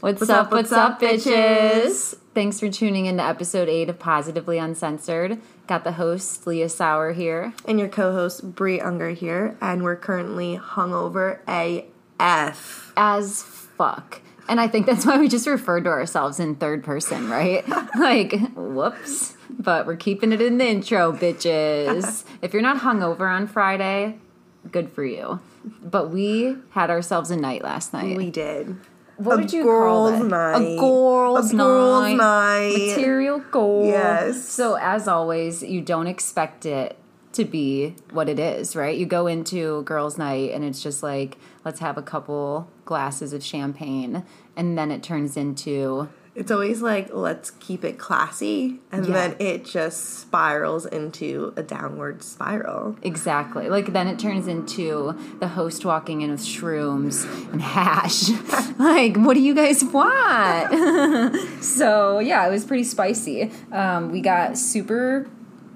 What's, up, What's up, bitches? Thanks for tuning in to episode eight of Positively Uncensored. Got the host, Leah Sauer, here. And your co-host Bree Unger here, and we're currently hungover AF. As fuck. And I think that's why we just referred to ourselves in third person, right? like, whoops. But we're keeping it in the intro, bitches. if you're not hungover on Friday, good for you. But we had ourselves a night last night. We did. what a would you girls' call it? night. A girls' A girls' night. Material goal. Yes. So as always, you don't expect it to be what it is, right? You go into girls' night and it's just like, let's have a couple glasses of champagne, and then it turns into It's always like let's keep it classy, and Yeah. then it just spirals into a downward spiral. Exactly. Like then it turns into the host walking in with shrooms and hash. like, what do you guys want? so yeah, it was pretty spicy. Um, we got super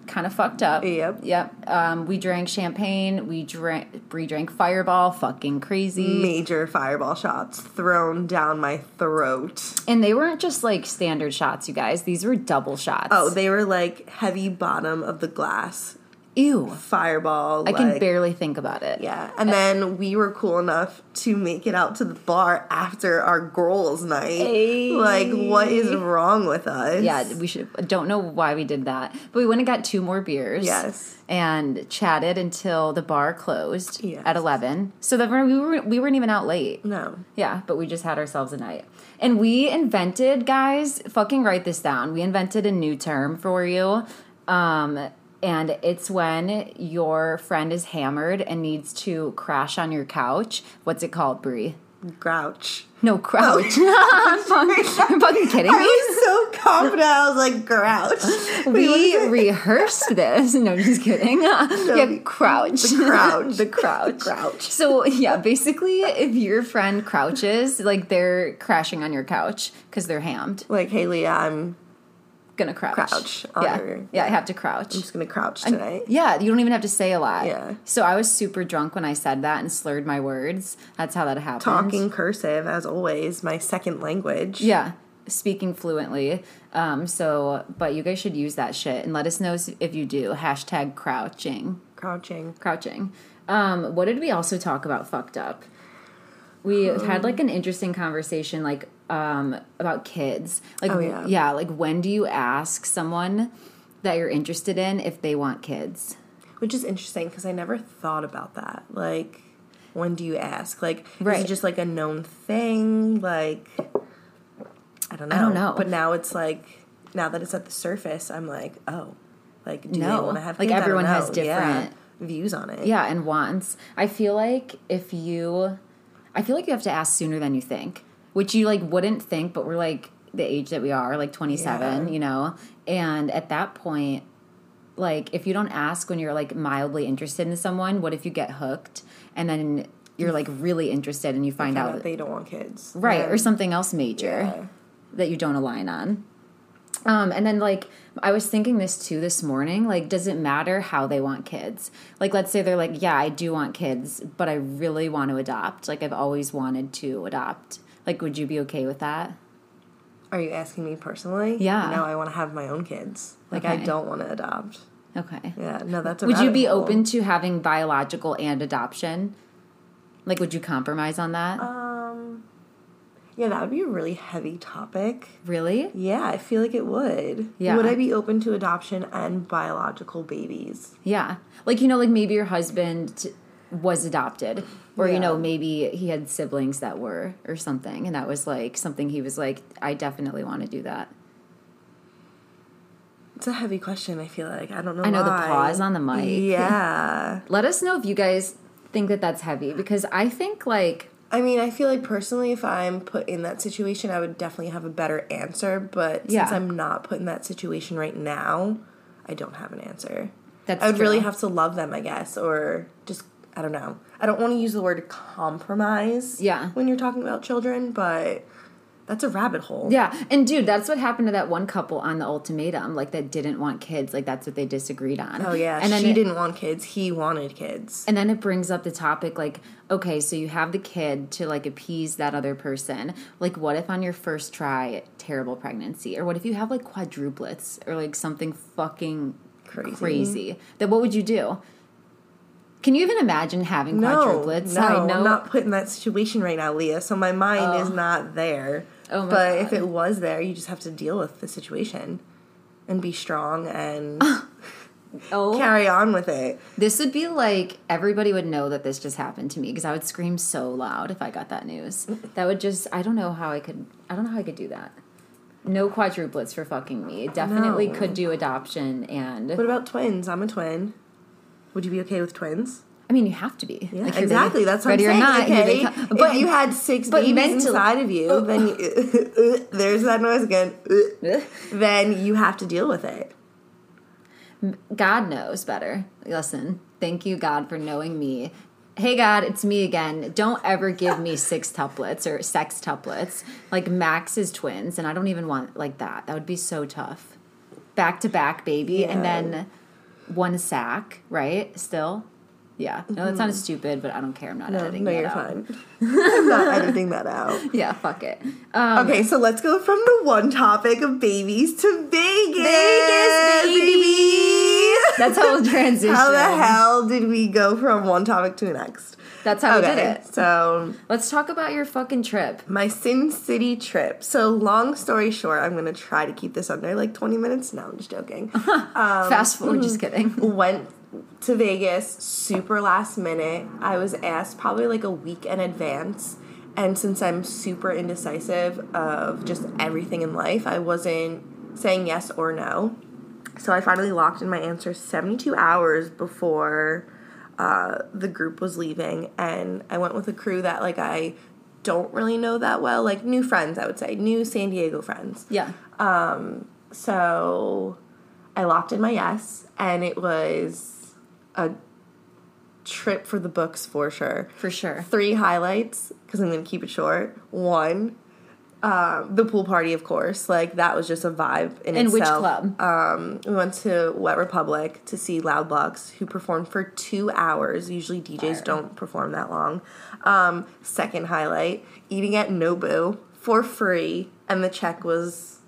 kind of fucked up. Yep. Yep. Um, we drank champagne. We drank. Bree drank Fireball. Fucking crazy. Major fireball shots thrown down my throat. And they weren't just like standard shots, you guys. These were double shots. Oh, they were like heavy bottom of the glass ew. fireball. I can like- barely think about it. Yeah, and then we were cool enough to make it out to the bar after our girls' night. Hey. Like, what is wrong with us? Yeah, we should. I Don't know why we did that, but we went and got two more beers. Yes. and chatted until the bar closed Yes. at eleven. So that we were we weren't even out late. No. Yeah, but we just had ourselves a night, and we invented, guys. Fucking write this down. We invented a new term for you. Um. And it's when your friend is hammered and needs to crash on your couch. What's it called, Brie? Grouch. No, crouch. Oh. fucking, fucking kidding me? I was so confident. I was like, grouch. Wait, what we is it? rehearsed this. No, just kidding. yeah, crouch. the crouch. the crouch. crouch. So, yeah, basically, if your friend crouches, like they're crashing on your couch because they're hammed, Like, hey, Leah, I'm gonna crouch. Crouch on Yeah. her- yeah, I have to crouch. just going to crouch tonight. Yeah, you don't even have to say a lot. Yeah. So I was super drunk when I said that and slurred my words. That's how that happened. Talking cursive, as always, my second language. Yeah, speaking fluently. Um, so, but you guys should use that shit and let us know if you do. Hashtag crouching. Crouching. crouching. Um, what did we also talk about? Fucked up. We Um, had like an interesting conversation, like um, about kids. Like, Oh, yeah. like when do you ask someone that you're interested in if they want kids? Which is interesting because I never thought about that. Like, when do you ask? Like, is Right. it just like a known thing? Like, I don't know. I don't know. But now it's like, now that it's at the surface, I'm like, oh, like, do No. they want to have Like, kids? I don't everyone has know. Yeah. different- views on it. Yeah, and wants. I feel like if you, I feel like you have to ask sooner than you think, which you like wouldn't think, but we're like the age that we are, like 27, you know? And at that point, like if you don't ask when you're like mildly interested in someone, what if you get hooked and then you're like really interested and you find Find out out they don't want kids. right Yeah. or something else major Yeah. that you don't align on um, and then like i was thinking this too this morning like does it matter how they want kids like let's say they're like yeah i do want kids but i really want to adopt like i've always wanted to adopt like would you be okay with that Are you asking me personally? Yeah. No, I want to have my own kids. Like, I Okay. don't want to adopt. okay Yeah. No, that's a would you rabbit be hole. open to having biological and adoption like would you compromise on that Yeah, that would be a really heavy topic. really Yeah, I feel like it would. Yeah. Would I be open to adoption and biological babies? Yeah. Like, you know, like maybe your husband was adopted, or, you Yeah. know, maybe he had siblings that were, or something. And that was like something he was like, I definitely want to do that. It's a heavy question, I feel like. I don't know I know the why. Mm-hmm. pause on the mic. Yeah. Let us know if you guys think that that's heavy because I think like, I mean, I feel like personally, if I'm put in that situation, I would definitely have a better answer. But Yeah. since I'm not put in that situation right now, I don't have an answer. That's I would really true. have to love them, I guess, or just I don't know. I don't want to use the word compromise. Yeah. When you're talking about children, but That's a rabbit hole. Yeah, and dude, that's what happened to that one couple on the ultimatum, like that didn't want kids, like that's what they disagreed on. Oh yeah, and then she it, didn't want kids. He wanted kids. And then it brings up the topic, like, okay, so you have the kid to like appease that other person. Like, what if on your first try, terrible pregnancy, or what if you have like quadruplets or like something fucking Crazy. crazy? That what would you do? Can you even imagine having No, quadruplets? no, I'm not put in that situation right now, Leah. So my mind is not there. Oh my but God. if it was there, you just have to deal with the situation and be strong and Oh, carry on with it. This would be like everybody would know that this just happened to me because I would scream so loud if I got that news. That would just I don't know how I could I don't know how I could do that. No quadruplets for fucking me. Definitely No. could do adoption and What about twins? I'm a twin. Would you be okay with twins? I mean you have to be. Yeah, Like, you're exactly. ready- That's what I'm ready saying. or not. here they okay, come. but if you had six but babies mentally- inside of you, then you, there's that noise again. then you have to deal with it. But God knows better. Listen, thank you God for knowing me. Hey God, it's me again. Don't ever give me six tuplets or sex tuplets. Like Max is twins, and I don't even want like that. That would be so tough. Back to back baby, and Yeah. then one sack, right? Still, yeah. No, that sounds stupid, but I don't care. I'm not Mm-hmm. No, editing. no that you're out. fine. I'm not editing that out. Yeah, fuck it. Um, Okay, so let's go from the one topic of babies to Vegas. Vegas, baby. That's how we'll transition. How the hell did we go from one topic to the next? That's how we did it. So Let's talk about your fucking trip. my Sin City trip. So long story short, I'm gonna try to keep this under like 20 minutes. No, I'm just joking. Um, Fast forward. Just mm-hmm. kidding. Went to Vegas super last minute. I was asked probably like a week in advance. And since I'm super indecisive of just everything in life, I wasn't saying yes or no. So I finally locked in my answer 72 hours before uh, the group was leaving. And I went with a crew that, like, I don't really know that well. Like, new friends, I would say, new San Diego friends. Yeah. So I locked in my yes, and it was a trip for the books for sure. For sure. Three highlights, because I'm going to keep it short. One, um, the pool party, of course. Like, that was just a vibe in, In itself. which club? We went to Wet Republic to see Loud Lux, who performed for two hours. Usually DJs don't perform that long. Um, second highlight, eating at Nobu for free, and the check was,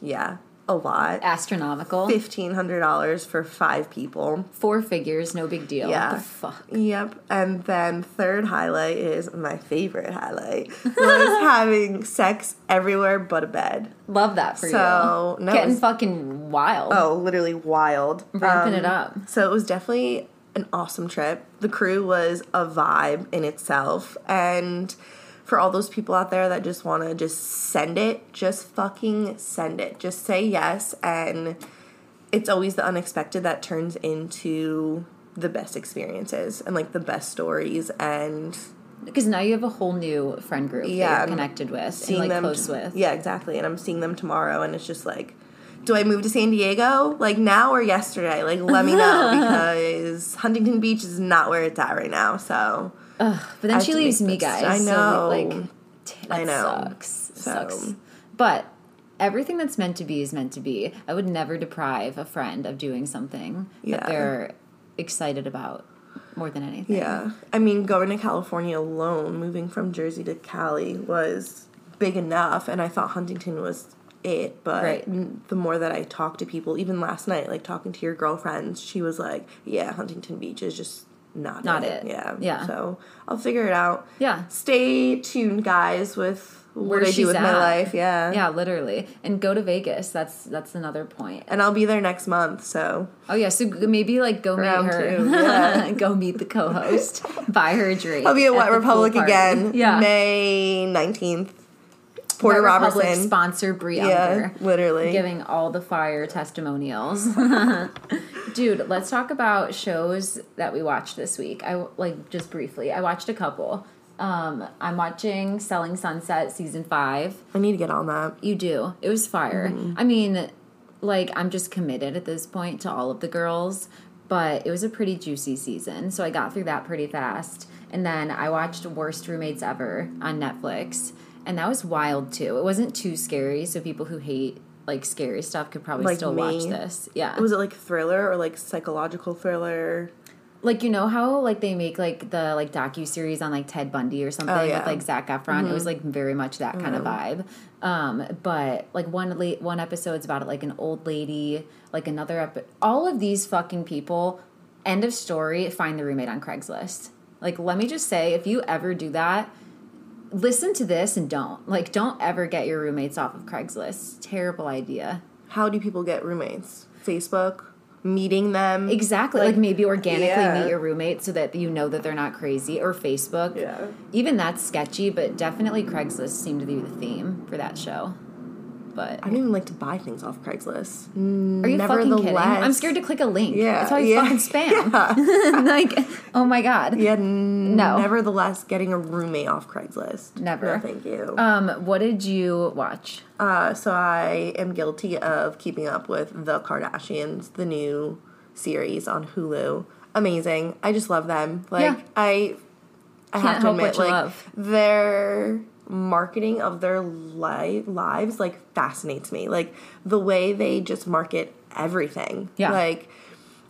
yeah, a lot. Astronomical. Fifteen hundred dollars for five people. four figures, no big deal. Yeah. What the fuck? Yep. And then third highlight is my favorite highlight was having sex everywhere but a bed. Love that for So, you. no, Getting it's- fucking wild. Oh, um, literally wild. Ramping it up. So it was definitely an awesome trip. The crew was a vibe in itself. And for all those people out there that just want to just send it, just fucking send it. Just say yes. And it's always the unexpected that turns into the best experiences and like the best stories and Because now you have a whole new friend group Yeah, that I'm you're connected with and seeing like them close t- with. Yeah, exactly. And I'm seeing them tomorrow, and it's just like, do I move to San Diego like now or yesterday? Like, let me know because Huntington Beach is not where it's at right now. So But then have she to leaves make me, this- guys. I So, like, know. t- that I know. sucks. It So- Sucks. But everything that's meant to be is meant to be. I would never deprive a friend of doing something Yeah. that they're excited about more than anything. yeah, I mean, going to California alone, moving from Jersey to Cali was big enough, and I thought Huntington was it. But Right. n- the more that I talked to people, even last night, like talking to your girlfriends, she was like, "Yeah, Huntington Beach is just." Not, Not it. Yeah. Yeah. So I'll figure it out. Yeah. stay tuned, guys, with what Where I do she's with my at. life. Yeah. Yeah, literally. And go to Vegas. That's that's another point. And I'll be there next month, so Oh yeah, so g- maybe like go Round meet her, two, yeah. go meet the co-host, buy her a drink. I'll be at the Wet pool Republic party. again. Yeah, May nineteenth. Wet Porter Republic Robertson. sponsor Brie yeah, Unger, literally. giving all the fire testimonials. Dude, let's talk about shows that we watched this week. I like just briefly. I watched a couple. Um, I'm watching Selling Sunset season five. I need to get on that. You do. It was fire. Mm-hmm. I mean, like, I'm just committed at this point to all of the girls, but it was a pretty juicy season. So I got through that pretty fast. And then I watched Worst Roommates Ever on Netflix. and that was wild too. It wasn't too scary, so people who hate like scary stuff could probably Like still me. watch this. Yeah, Was it like thriller or like psychological thriller? like you know how like they make like the like docu series on like Ted Bundy or something yeah. with like Zach Efron. It was like very much that kind of vibe. Um, but like one late one episode's about it like an old lady, like another ep- all of these fucking people. End of story. Find the roommate on Craigslist. Like, let me just say, if you ever do that, listen to this and don't like don't ever get your roommates off of Craigslist. Terrible idea. How do people get roommates? Facebook, meeting them. Exactly. Like, maybe organically yeah. meet your roommate so that you know that they're not crazy or Facebook. Yeah. Even that's sketchy, but definitely Craigslist seemed to be the theme for that show. But I don't even like to buy things off are Craigslist. you fucking kidding? nevertheless- I'm scared to click a link. Yeah, That's why I yeah, fucking spam. like, oh my God. Yeah, n- No. Nevertheless, getting a roommate off Craigslist. Never. No, thank you. Um, what did you watch? Uh, so I am guilty of keeping up with the Kardashians, the new series on Hulu. Amazing. I just love them. Like Yeah. I, I Can't have to help what admit, you like love. their marketing of their li- lives like fascinates me. Like the way they just market everything. Yeah. Like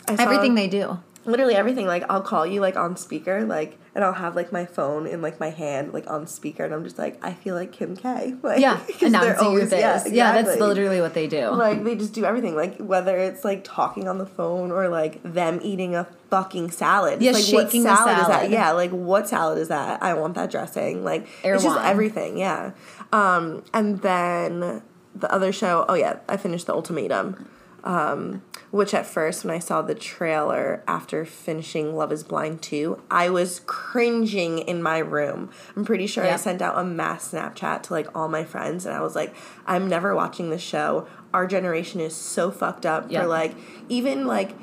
I saw- Everything they do. literally everything like i'll call you like on speaker like and i'll have like my phone in like my hand like on speaker and i'm just like i feel like kim k like Yeah, 'cause they're announcing your always- biz. Yeah, that's exactly. literally what they do. like they just do everything like whether it's like talking on the phone or like them eating a fucking salad It's Yeah, like shaking the what salad, is that salad. yeah like what salad is that i want that dressing like it's just Erewhon. everything yeah um and then the other show oh yeah i finished the ultimatum um which at first when i saw the trailer after finishing love is blind 2 i was cringing in my room i'm pretty sure i Yeah. sent out a mass snapchat to like all my friends and i was like i'm never watching this show our generation is so fucked up Yeah. for like even like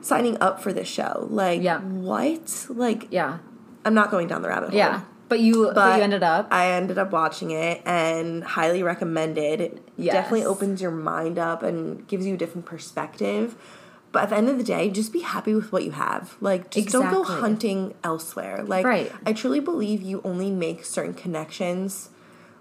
signing up for this show like Yeah. what like yeah. i'm not going down the rabbit hole Yeah. But you, but, but you ended up. I ended up watching it and highly recommended. It Yes. definitely opens your mind up and gives you a different perspective. But at the end of the day, just be happy with what you have. Like, just don't go Exactly. hunting elsewhere. Like, Right. I truly believe you only make certain connections,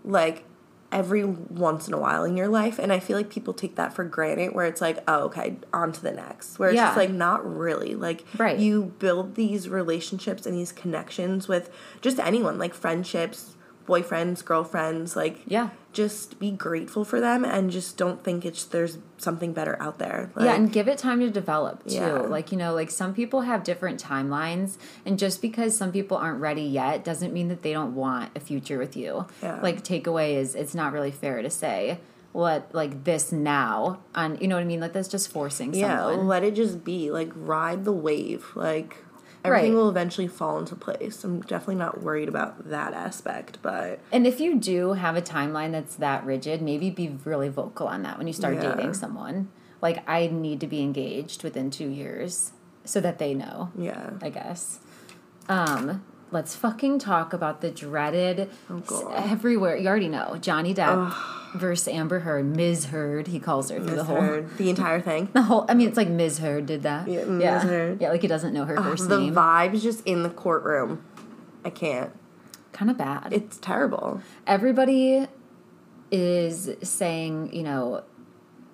like, every once in a while in your life. And I feel like people take that for granted, where it's like, oh, okay, on to the next. Where it's just Yeah. like, not really. Like, Right. you you build these relationships and these connections with just anyone, like friendships, boyfriends, girlfriends, like Yeah. just be grateful for them and just don't think it's there's something better out there. Like, yeah, and give it time to develop too. Yeah. Like, you know, like some people have different timelines, and just because some people aren't ready yet doesn't mean that they don't want a future with you. Yeah. Like, takeaway is it's not really fair to say what, like, this now, on you know what I mean? Like, that's just forcing yeah, someone. let it just be. Like ride the wave. Like everything Right. will eventually fall into place. I'm definitely not worried about that aspect, but And if you do have a timeline that's that rigid, maybe be really vocal on that when you start Yeah. dating someone. Like, I need to be engaged within two years so that they know. yeah. I guess. Um, let's fucking talk about the dreaded s- Oh, God. everywhere. You already know Johnny Depp versus Amber Heard, Ms. Heard. He calls her through the whole. Heard the entire thing. The whole, I mean, it's like Ms. Heard did that. Yeah, Ms. yeah. Heard. Yeah, like he doesn't know her first The name. vibes just in the courtroom. I can't. kind of bad. It's terrible. Everybody is saying, you know,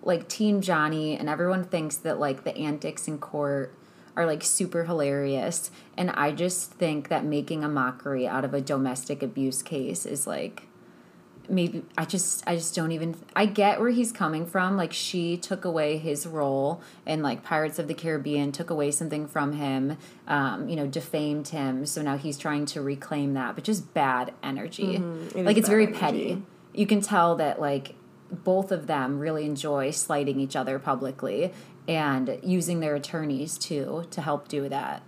like Team Johnny, and everyone thinks that like the antics in court are like super hilarious. And I just think that making a mockery out of a domestic abuse case is like maybe I just I just don't even I get where he's coming from. Like she took away his role in like Pirates of the Caribbean, took away something from him, um, you know, defamed him. So now he's trying to reclaim that, but just bad energy. Mm-hmm. It like is it's bad very energy. petty. You can tell that like both of them really enjoy slighting each other publicly and using their attorneys too to help do that.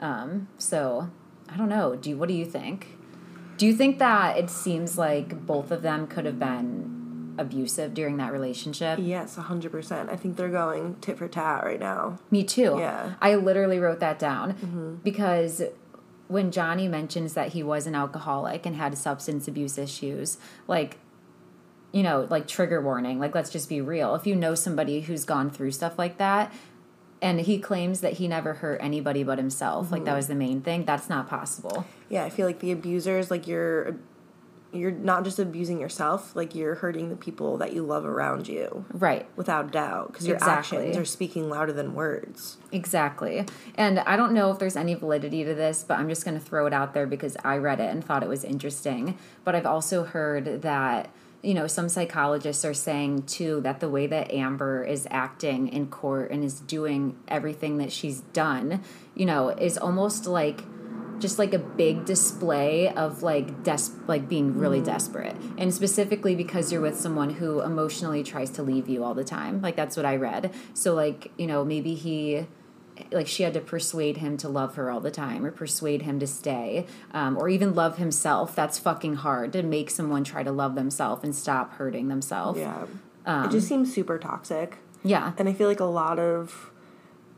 Um, so I don't know. Do you, what do you think? Do you think that it seems like both of them could have been abusive during that relationship? Yes, 100%. I think they're going tit for tat right now. Me too. Yeah. I literally wrote that down because when Johnny mentions that he was an alcoholic and had substance abuse issues, like, you know, like trigger warning, like, let's just be real. If you know somebody who's gone through stuff like that, and he claims that he never hurt anybody but himself, like, that was the main thing, that's not possible. Yeah, I feel like the abusers, like you're you're not just abusing yourself, like you're hurting the people that you love around you Right. without doubt because your Exactly. actions are speaking louder than words. Exactly. And I don't know if there's any validity to this, but I'm just going to throw it out there because I read it and thought it was interesting. But I've also heard that, you know, some psychologists are saying too that the way that Amber is acting in court and is doing everything that she's done, you know, is almost like just like a big display of like des- like being really desperate and specifically because you're with someone who emotionally tries to leave you all the time like that's what i read so like you know maybe he like she had to persuade him to love her all the time or persuade him to stay um, or even love himself that's fucking hard to make someone try to love themselves and stop hurting themselves Yeah. Um, it just seems super toxic. yeah And I feel like a lot of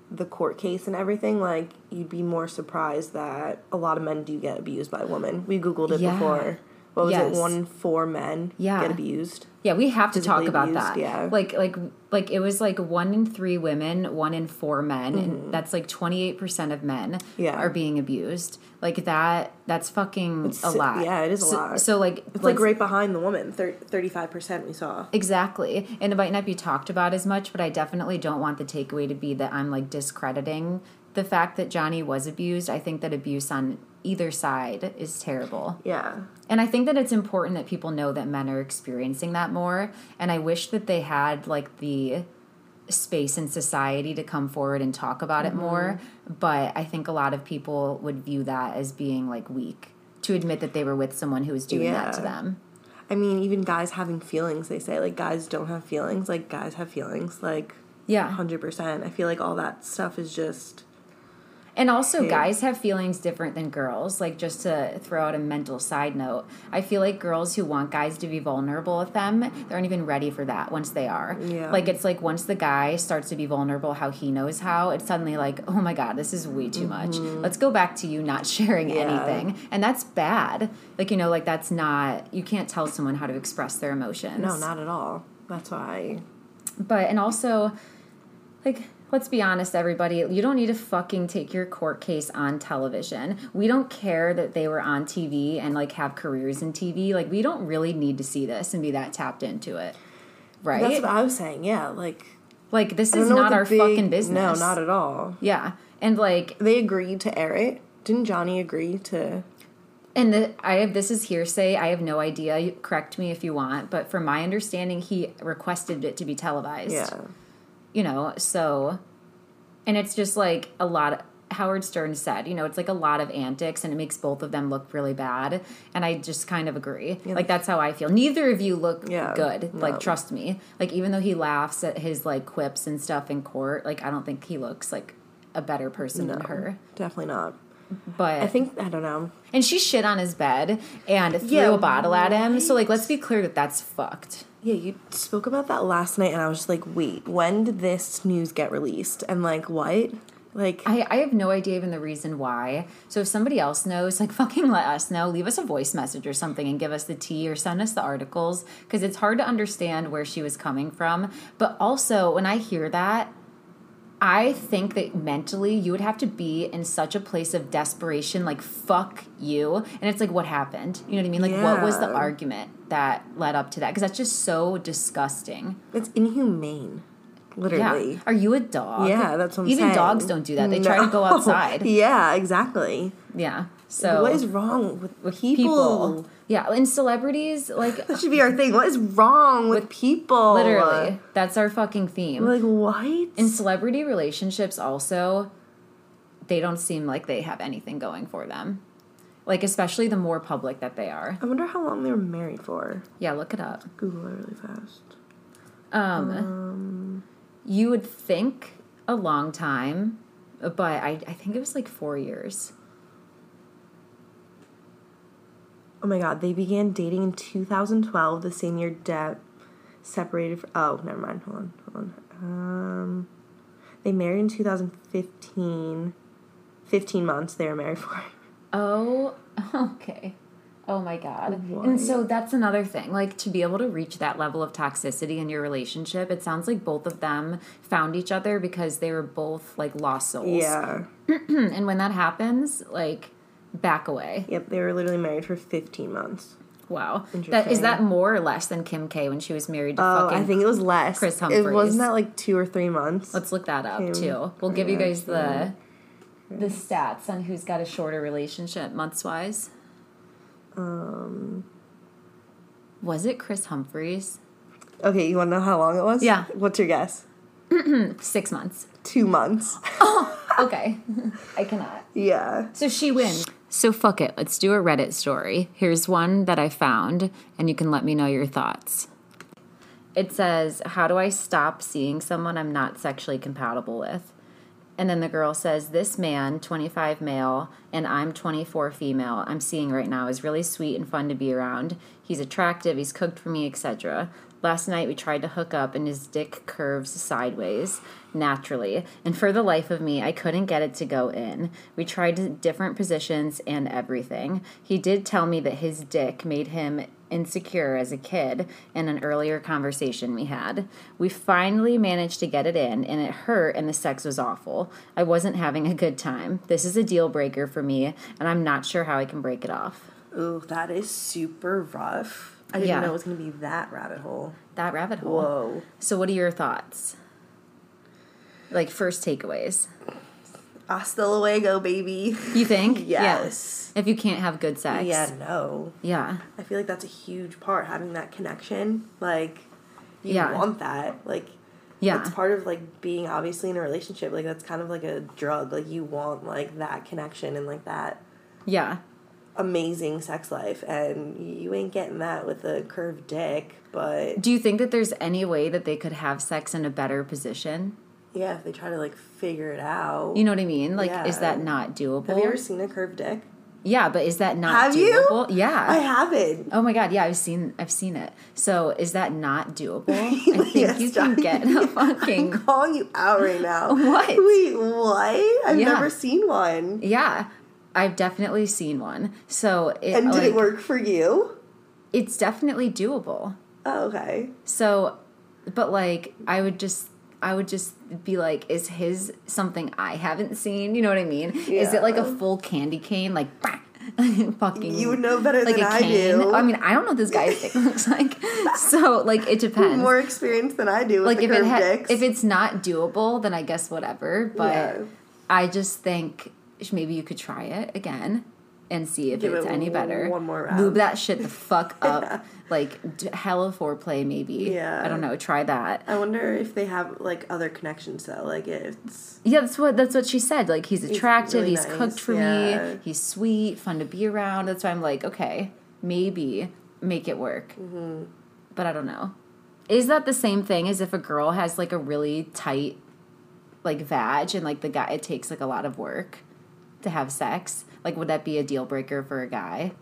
the court case and everything, like, you'd be more surprised that a lot of men do get abused by women. We Googled it Yeah. before. What was Yes. it? One in four men Yeah. get abused. Yeah, we have to talk Physically about abused, that. yeah. Like like like it was like one in three women, one in four men, and that's like twenty eight percent of men Mm-hmm. Yeah. are being abused. Like that that's fucking a si- lot. yeah, it is a so, lot. So like It's like let's- right behind the woman, thir- 35% we saw. Exactly. And it might not be talked about as much, but I definitely don't want the takeaway to be that I'm like discrediting the fact that Johnny was abused. I think that abuse on either side is terrible. Yeah. And I think that it's important that people know that men are experiencing that more. And I wish that they had like the space in society to come forward and talk about it more. But I think a lot of people would view that as being like weak to admit that they were with someone who was doing that to Yeah. them. I mean, even guys having feelings, they say, like, guys don't have feelings. Like, guys have feelings. Like, Yeah. 100%. I feel like all that stuff is just. And also, Hmm. guys have feelings different than girls. Like, just to throw out a mental side note, I feel like girls who want guys to be vulnerable with them, they aren't even ready for that once they are. Yeah. Like, it's like once the guy starts to be vulnerable how he knows how, it's suddenly like, oh my God, this is way too much. Let's go back to you not sharing Mm-hmm. Yeah. anything. And that's bad. Like, you know, like that's not, you can't tell someone how to express their emotions No, not at all. That's why. but and also like let's be honest everybody you don't need to fucking take your court case on television we don't care that they were on tv and like have careers in tv like we don't really need to see this and be that tapped into it right That's what I was saying. Yeah. Like, like this I is don't know not what the our big- fucking business No, not at all. yeah and like They agreed to air it. Didn't Johnny agree to? and the, i have this is hearsay i have no idea You- correct me if you want but from my understanding he requested it to be televised Yeah, you know so and it's just like a lot of howard stern said you know it's like a lot of antics and it makes both of them look really bad and i just kind of agree like that's how i feel neither of you look Yeah, good no. like trust me like even though he laughs at his like quips and stuff in court like i don't think he looks like a better person than her definitely not. but I think I don't know. and she shit on his bed and threw Yeah, a bottle at him so like let's be clear that that's fucked Yeah, you spoke about that last night, and I was just like, wait, when did this news get released? And like, what? Like, I, I have no idea even the reason why. So if somebody else knows, like fucking let us know. Leave us a voice message or something and give us the tea or send us the articles because it's hard to understand where she was coming from. But also, when I hear that, I think that mentally you would have to be in such a place of desperation, like fuck you. And it's like, what happened? You know what I mean? Like, what was the Yeah. argument that led up to that? Because that's just so disgusting. it's inhumane, literally. Yeah. Are you a dog? Yeah, that's what I'm Even saying. dogs don't do that. They try to go No. outside. Yeah, exactly. Yeah. So what is wrong with, people? people? Yeah, and celebrities like That should be our thing. What is wrong with, people? literally that's our fucking theme. Like what? In celebrity relationships also they don't seem like they have anything going for them. Like especially the more public that they are. I wonder how long they were married for. Yeah, look it up. Google it really fast. Um, you would think a long time, but I I think it was like 4 years. Oh my god, they began dating in 2012, the same year Depp separated from. Oh, never mind. Hold on. Hold on. Um, they married in 2015. 15 months they were married for. Oh, okay. Oh my God. And so that's another thing. Like, to be able to reach that level of toxicity in your relationship, it sounds like both of them found each other because they were both like lost souls. Hmm, Yeah. and when that happens, like, back away. Yep, they were literally married for 15 months. Wow. That is that more or less than Kim K when she was married to Oh, fucking I think it was less. Chris It Humphries. wasn't that like two or three months. Let's look that up Kim too. We'll give you guys the the stats on who's got a shorter relationship months wise. Um was it Chris Humphreys? Okay, you want to know how long it was? Yeah. What's your guess? 6 months. Two months. Okay. I cannot. yeah. So she wins. So fuck it. Let's do a Reddit story. Here's one that I found, and you can let me know your thoughts. It says, How do I stop seeing someone I'm not sexually compatible with? And then the girl says, This man, 25 male, and I'm 24 female, I'm seeing right now is really sweet and fun to be around. He's attractive, he's cooked for me, etc. Last night we tried to hook up and his dick curves sideways, naturally. And for the life of me, I couldn't get it to go in. We tried different positions and everything. He did tell me that his dick made him insecure as a kid in an earlier conversation we had. We finally managed to get it in, and it hurt, and the sex was awful. I wasn't having a good time. This is a deal breaker for me, and I'm not sure how I can break it off. Ooh, that is super rough. I didn't Yeah. know it was going to be that rabbit hole. That rabbit hole. Whoa. So, what are your thoughts? Like, first takeaways. Hasta luego, baby. You think? Yes. Yeah. If you can't have good sex. Yeah, no. Yeah. I feel like that's a huge part, having that connection. Like, you Yeah. want that. Like, Yeah. it's part of like being obviously in a relationship. Like, that's kind of like a drug. Like, you want like that connection and like that yeah. amazing sex life, and you ain't getting that with a curved dick. But Do you think that there's any way that they could have sex in a better position? yeah, if they try to like figure it out, You know what I mean? Like, is Yeah. that not doable? have you ever seen a curved dick? Yeah, but is that not Have you? doable? Yeah. I haven't. oh my god, yeah, I've seen I've seen it. So is that not doable? I think Yes, you can Johnny. get a I'm fucking calling you out right now. What? Wait, what? I've Yeah. never seen one. Yeah. I've definitely seen one. So it, And did like, it work for you? it's definitely doable. Oh, okay. So but like I would just I would just be like, is his something I haven't seen? You know what I mean? Is it like a full candy cane? Like fucking You would know better like than a I cane. do. I mean, I don't know what this guy's dick looks like. So like it depends. more experience than I do with like the if it curved ha- dicks. if it's not doable, then I guess whatever. But Yeah. I just think sh- maybe you could try it again and see if Give it's it any better. one more Move round. that shit the fuck up. Like d- hella foreplay, maybe. Yeah. I don't know. Try that. I wonder if they have like other connections though. Like it's Yeah, that's what that's what she said. Like he's attractive. really He's, nice, cooked for yeah. me. He's sweet, fun to be around. That's why I'm like, okay, maybe make it work. Mm-hmm. But I don't know. Is that the same thing as if a girl has like a really tight like vag and like the guy it takes like a lot of work to have sex? Like would that be a deal breaker for a guy?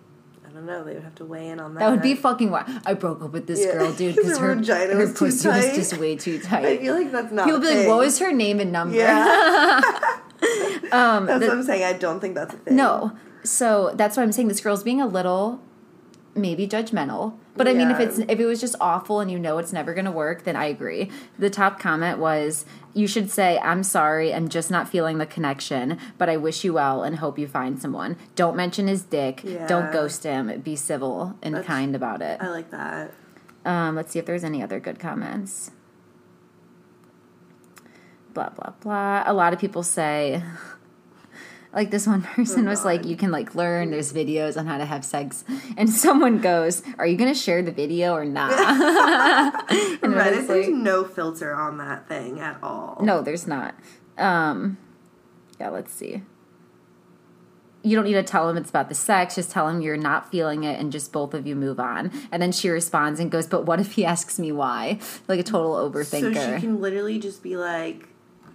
I don't know. They would have to weigh in on that. That would be fucking wild. I broke up with this Uh-huh. Yeah. girl, dude, 'Cause because her her, vagina her was too pussy was tight. just way too tight. I feel like that's not. People a would be like, what thing. was her name and number? Yeah. um, that's what I'm saying. I don't think that's a thing. No. So that's why I'm saying this girl's being a little maybe judgmental. But I mean if Yeah. it's if it was just awful and you know it's never going to work, then I agree. The top comment was you should say I'm sorry, I'm just not feeling the connection, but I wish you well and hope you find someone. Don't mention his dick, Yeah. don't ghost him, be civil and kind about it. I like that. Um, let's see if there's any other good comments. Blah blah blah. A lot of people say, like this one person was like, you can like learn. There's videos on how to have sex, and someone goes, "Are you gonna share the video or not?" And I Reddit, was there's like, no filter on that thing at all. no, there's not. Um, yeah, let's see. You don't need to tell him it's about the sex. Just tell him you're not feeling it, and just both of you move on. And then she responds and goes, "But what if he asks me why?" Like a total so overthinker. she can literally just be like,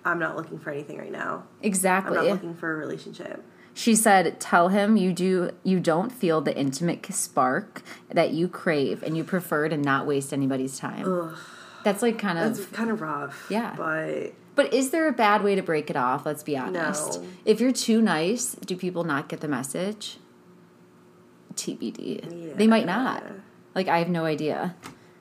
"I'm not looking for anything right now. I'm not Exactly. looking for a relationship." She said, "Tell him you do you don't feel the intimate spark that you crave and you prefer to not waste anybody's time." That's like kind of It's kind of rough. Yeah. but But is there a bad way to break it off? Let's be honest. No. If you're too nice, do people not get the message? TBD. They might not. Like I have no idea.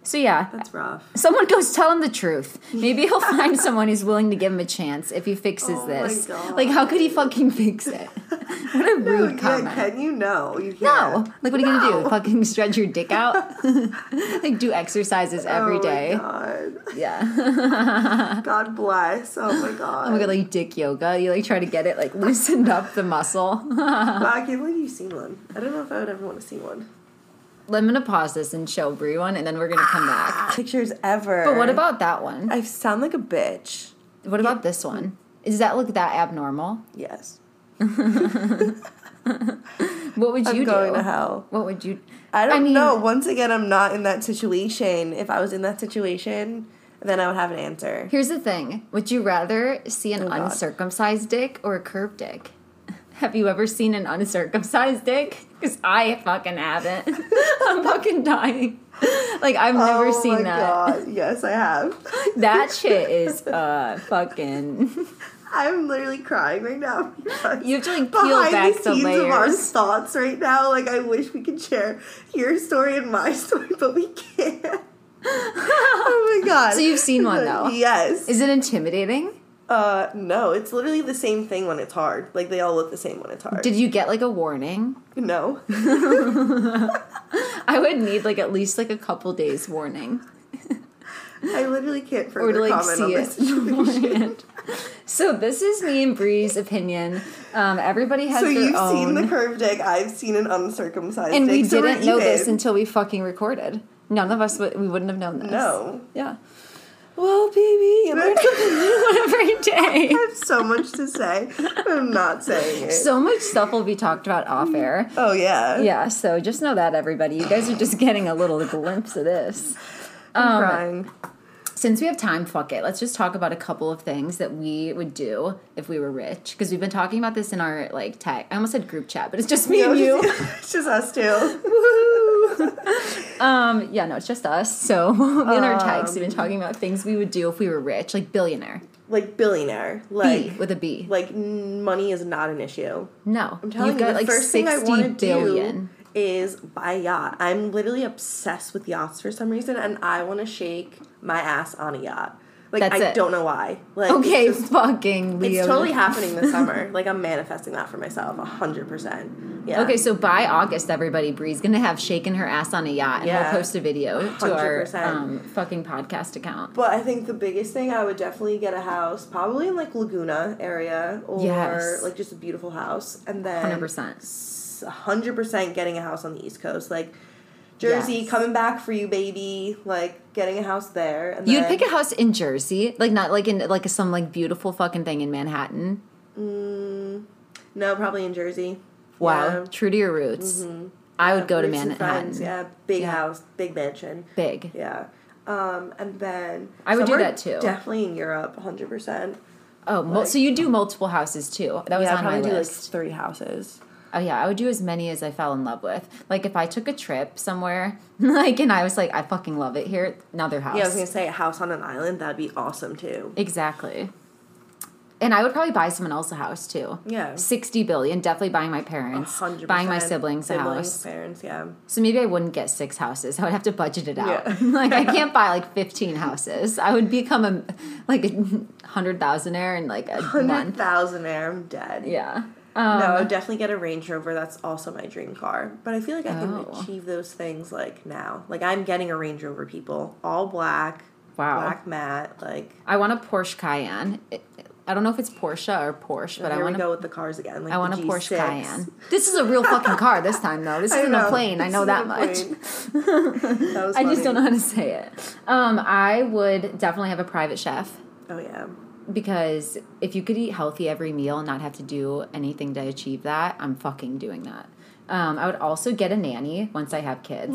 So yeah, That's rough. someone goes tell him the truth. Maybe he'll find someone who's willing to give him a chance if he fixes Oh my this. God. Like how could he fucking fix it? What a rude yeah, comment. Can you know? You no. can't. Like what are you gonna do? Fucking stretch your dick out? like do exercises every oh day? My God. Yeah. God bless. Oh my God. Oh my god, like dick yoga. You like try to get it like loosened up the muscle. Wow, I can't believe you've seen one. I don't know if I would ever want to see one. I'm gonna pause this and show Brie one, and then we're gonna come back. Pictures ever. Ah. But what about that one? I sound like a bitch. What about this one? Is that look that abnormal? Yes. What would you I'm do? going to hell. What would you? I don't mean, know. Once again, I'm not in that situation. If I was in that situation, then I would have an answer. Here's the thing: Would you rather see an God. uncircumcised dick or a curved dick? Have you ever seen an uncircumcised dick? Because I fucking haven't. I'm fucking dying. Like I've never oh my seen that. God. Yes, I have. That shit is uh fucking. I'm literally crying right now. because You have to, like, peel behind back the the scenes of our layers. thoughts right now. Like I wish we could share your story and my story, but we can't. Oh my god. So you've seen one though. Yes. Is it intimidating? Uh, no, it's literally the same thing when it's hard. Like they all look the same when it's hard. Did you get like a warning? no. I would need like at least like a couple days warning I literally can't or to further like comment on see this. it. beforehand. so this is me and Bree's opinion. Um, everybody has So their you've own, seen the curved egg. I've seen an uncircumcised and egg. we so we're didn't know this even. until we fucking recorded. None of us would, we wouldn't have known this. No. Yeah. Well, baby, and there's something- Every day. I have so much to say. but I'm not saying it. So much stuff will be talked about off air. oh yeah. Yeah, so just know that everybody. You guys are just getting a little glimpse of this. I'm Um, crying. since we have time, fuck it. Let's just talk about a couple of things that we would do if we were rich. Because we've been talking about this in our like tech. I almost said group chat, but it's just me and you. it's just us two. Um, yeah, no, it's just us. So in our text, we've been talking about things we would do if we were rich, like billionaire, Like billionaire. Like B with a B. like n- money is not an issue. no, I'm telling you, got the like first thing I sixty want to billion. do is buy a yacht. I'm literally obsessed with yachts for some reason, and I want to shake my ass on a yacht. Like That's I it. don't know why. Like Okay, it's, just- fucking Leo. it's totally happening this summer. Like I'm manifesting that for myself, hundred percent. Yeah. Okay, so by August, everybody, Bree's gonna have shaken her ass on a yacht, and Yeah. we'll post a video to our 100%. um, fucking podcast account. But I think the biggest thing I would definitely get a house, probably in like Laguna area or Yes. like just a beautiful house, and then Hundred percent. hundred percent getting a house on the East Coast, like Jersey, Yes. coming back for you, baby. Like getting a house there. And You'd then, pick a house in Jersey, like not like in like some like beautiful fucking thing in Manhattan. no, probably in Jersey. Wow, Yeah. Mm-hmm. true to your roots. I would go to Roots and Manhattan. Friends, yeah, big Yeah. house, big mansion. Big. Yeah, um, and then I would do somewhere that too. Definitely in Europe, hundred percent. Oh, mul- so you do multiple houses too. That was Yeah, I'd on my probably do list. like three houses. oh yeah, I would do as many as I fell in love with. Like if I took a trip somewhere, like and I was like, I fucking love it here. Another house. Yeah, I was gonna say a house on an island. That'd be awesome too. exactly. And I would probably buy someone else a house too. Yeah. Sixty billion, definitely buying my parents, 100%. buying my siblings, a house. parents, yeah. So maybe I wouldn't get six houses. I would have to budget it out. Yeah. like I can't buy like fifteen houses. I would become a like a hundred thousandaire in like a Hundred month. thousand air, I'm dead. Yeah. Um, no, I would definitely get a Range Rover. That's also my dream car. But I feel like I can Oh. achieve those things like now. Like I'm getting a Range Rover, people. All black. Wow. Black matte. Like I want a Porsche Cayenne. It- I don't know if it's Porsche or Porsche, but I here want we to. go with the cars again. Like I the want a Porsche G6. Cayenne. This is a real fucking car this time though. This I isn't know. a plane. I This know is that a much. plane. that was I just funny. don't know how to say it. Um, I would definitely have a private chef Oh yeah. because if you could eat healthy every meal and not have to do anything to achieve that, I'm fucking doing that. Um, I would also get a nanny once I have kids.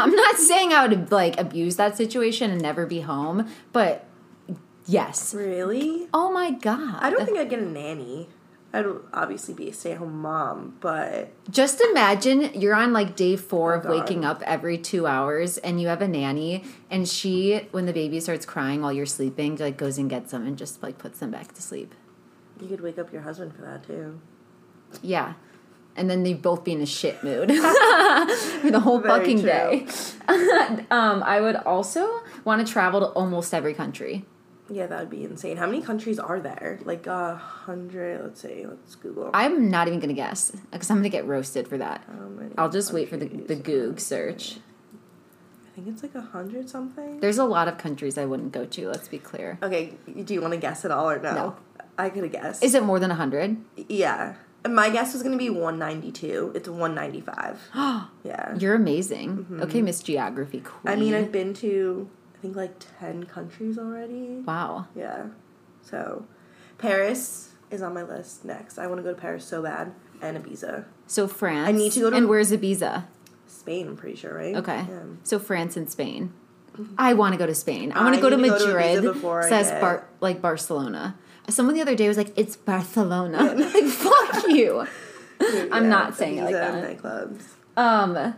I'm not saying I would like abuse that situation and never be home, but yes. Really? Oh my god! I don't think I'd get a nanny. I'd obviously be a stay-at-home mom, but Just imagine you're on like day Oh, four of God. waking up every two hours, and you have a nanny, and she, when the baby starts crying while you're sleeping, like goes and gets them and just like puts them back to sleep. you could wake up your husband for that too. Yeah. and then they've both been in a shit mood for the whole Very fucking true. day. um, I would also want to travel to almost every country. Yeah, that would be insane. How many countries are there? Like a hundred. Let's see. Let's Google. I'm not even gonna guess because I'm gonna get roasted for that. How many I'll just wait for the, countries? the Goog search. I think it's like a hundred something. There's a lot of countries I wouldn't go to. Let's be clear. Okay, do you want to guess at all or no? No. I could guess. Is it more than hundred? yeah. My guess was going to be 192. It's 195. yeah. You're amazing. Okay, Miss Geography Queen. Mm-hmm. I mean, I've been to, I think, like 10 countries already. wow. Yeah. So, Paris is on my list next. I want to go to Paris so bad. And Ibiza. So France. I need to go to- And where's Ibiza? Spain, I'm pretty sure, right? Okay. Yeah. Mm-hmm. So France and Spain. I want to go to Spain. I want I to go to need to go to Madrid. Ibiza before I says get- Bar- like Barcelona. Someone the other day was like, "It's Barcelona." like, fuck you. I'm Yeah, not saying it like that. Ibiza, Nightclubs. Um.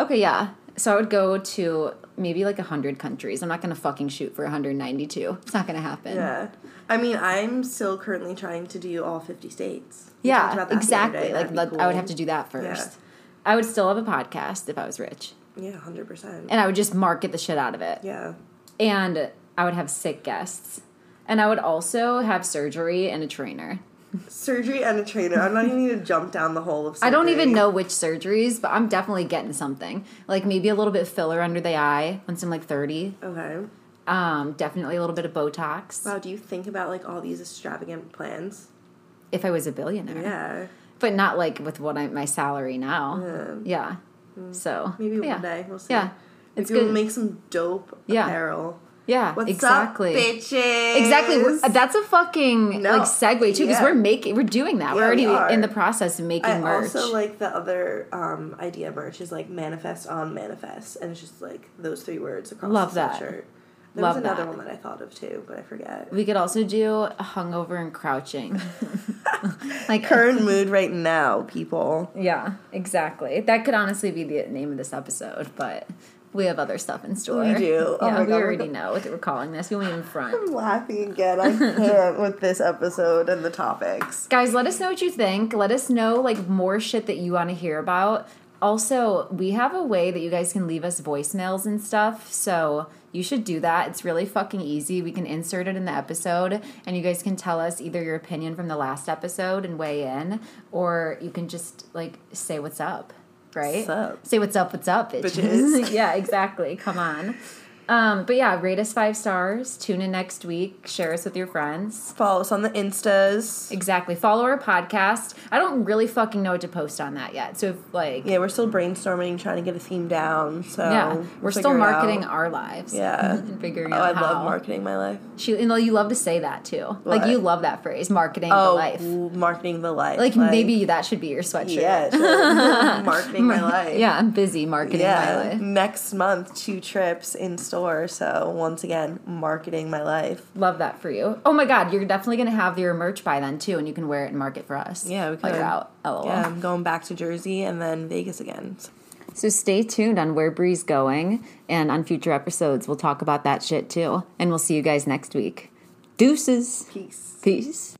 Okay. Yeah. So I would go to maybe like hundred countries. I'm not gonna fucking shoot for 192. It's not gonna happen. Yeah. I mean, I'm still currently trying to do all 50 states. We Yeah, talked about that the other exactly. day. Like That'd be let- I would cool. have to do that first. I would still have a podcast if I was rich, Yeah, 100%. and I would just market the shit out of it. yeah. And I would have sick guests, and I would also have surgery and a trainer. Surgery and a trainer. I'm not even going to jump down the hole of surgery. I don't even know which surgeries, but I'm definitely getting something. Like maybe a little bit of filler under the eye once I'm like 30. Okay. Um, definitely a little bit of Botox. Wow, do you think about like all these extravagant plans? if I was a billionaire. Yeah. but not like with what I, my salary now. Yeah. So Mm. Maybe yeah. one day. We'll see. Yeah, it's Maybe we'll good. make some dope Yeah. apparel. yeah, What's exactly. up, bitches? Exactly. We're- That's a fucking No. like segue too, because Yeah. we're making, we're doing that. we're Yeah, already we are. in the process of making I merch. also like the other um, idea of merch is like manifest on manifest, and it's just like those three words across Love the that. shirt. There Love was another that. one that I thought of too, but I forget. we could also do hungover and crouching. like Current mood right now, people. Yeah, exactly. That could honestly be the name of this episode, but we have other stuff in store. We do. Oh yeah, my we God, we're already go- know what we're calling this. We went in front. I'm laughing again. I can't with this episode and the topics. guys let us know what you think let us know like more shit that you want to hear about also we have a way that you guys can leave us voicemails and stuff so you should do that it's really fucking easy we can insert it in the episode and you guys can tell us either your opinion from the last episode and weigh in or you can just like say what's up right What's up? say what's up what's up bitches, Bitches. yeah exactly come on um, but yeah rate us five stars tune in next week share us with your friends Follow us on the Instas. Exactly. Follow our podcast. I don't really fucking know what to post on that yet. So if like yeah, Yeah, we're still brainstorming, trying to get a theme down. So we're we'll still figure it marketing out. our lives. Yeah. And figuring Oh, out I how. love marketing my life. She and you love to say that too. Like What? you love that phrase, marketing Oh, the life. ooh, marketing the life. Like, maybe that should be your sweatshirt. Yeah, sure. marketing my life. Yeah, I'm busy marketing Yeah. my life. Next month, two trips in store. So once again, marketing my life. Love that for you. Oh my god, you're definitely gonna have your merch by then too, and you can wear it and market for us. Yeah, we While you're could. out. LOL. Yeah, I'm going back to Jersey and then Vegas again. So stay tuned on where Bree's going, and on future episodes, we'll talk about that shit too. And we'll see you guys next week. Deuces. Peace. Peace.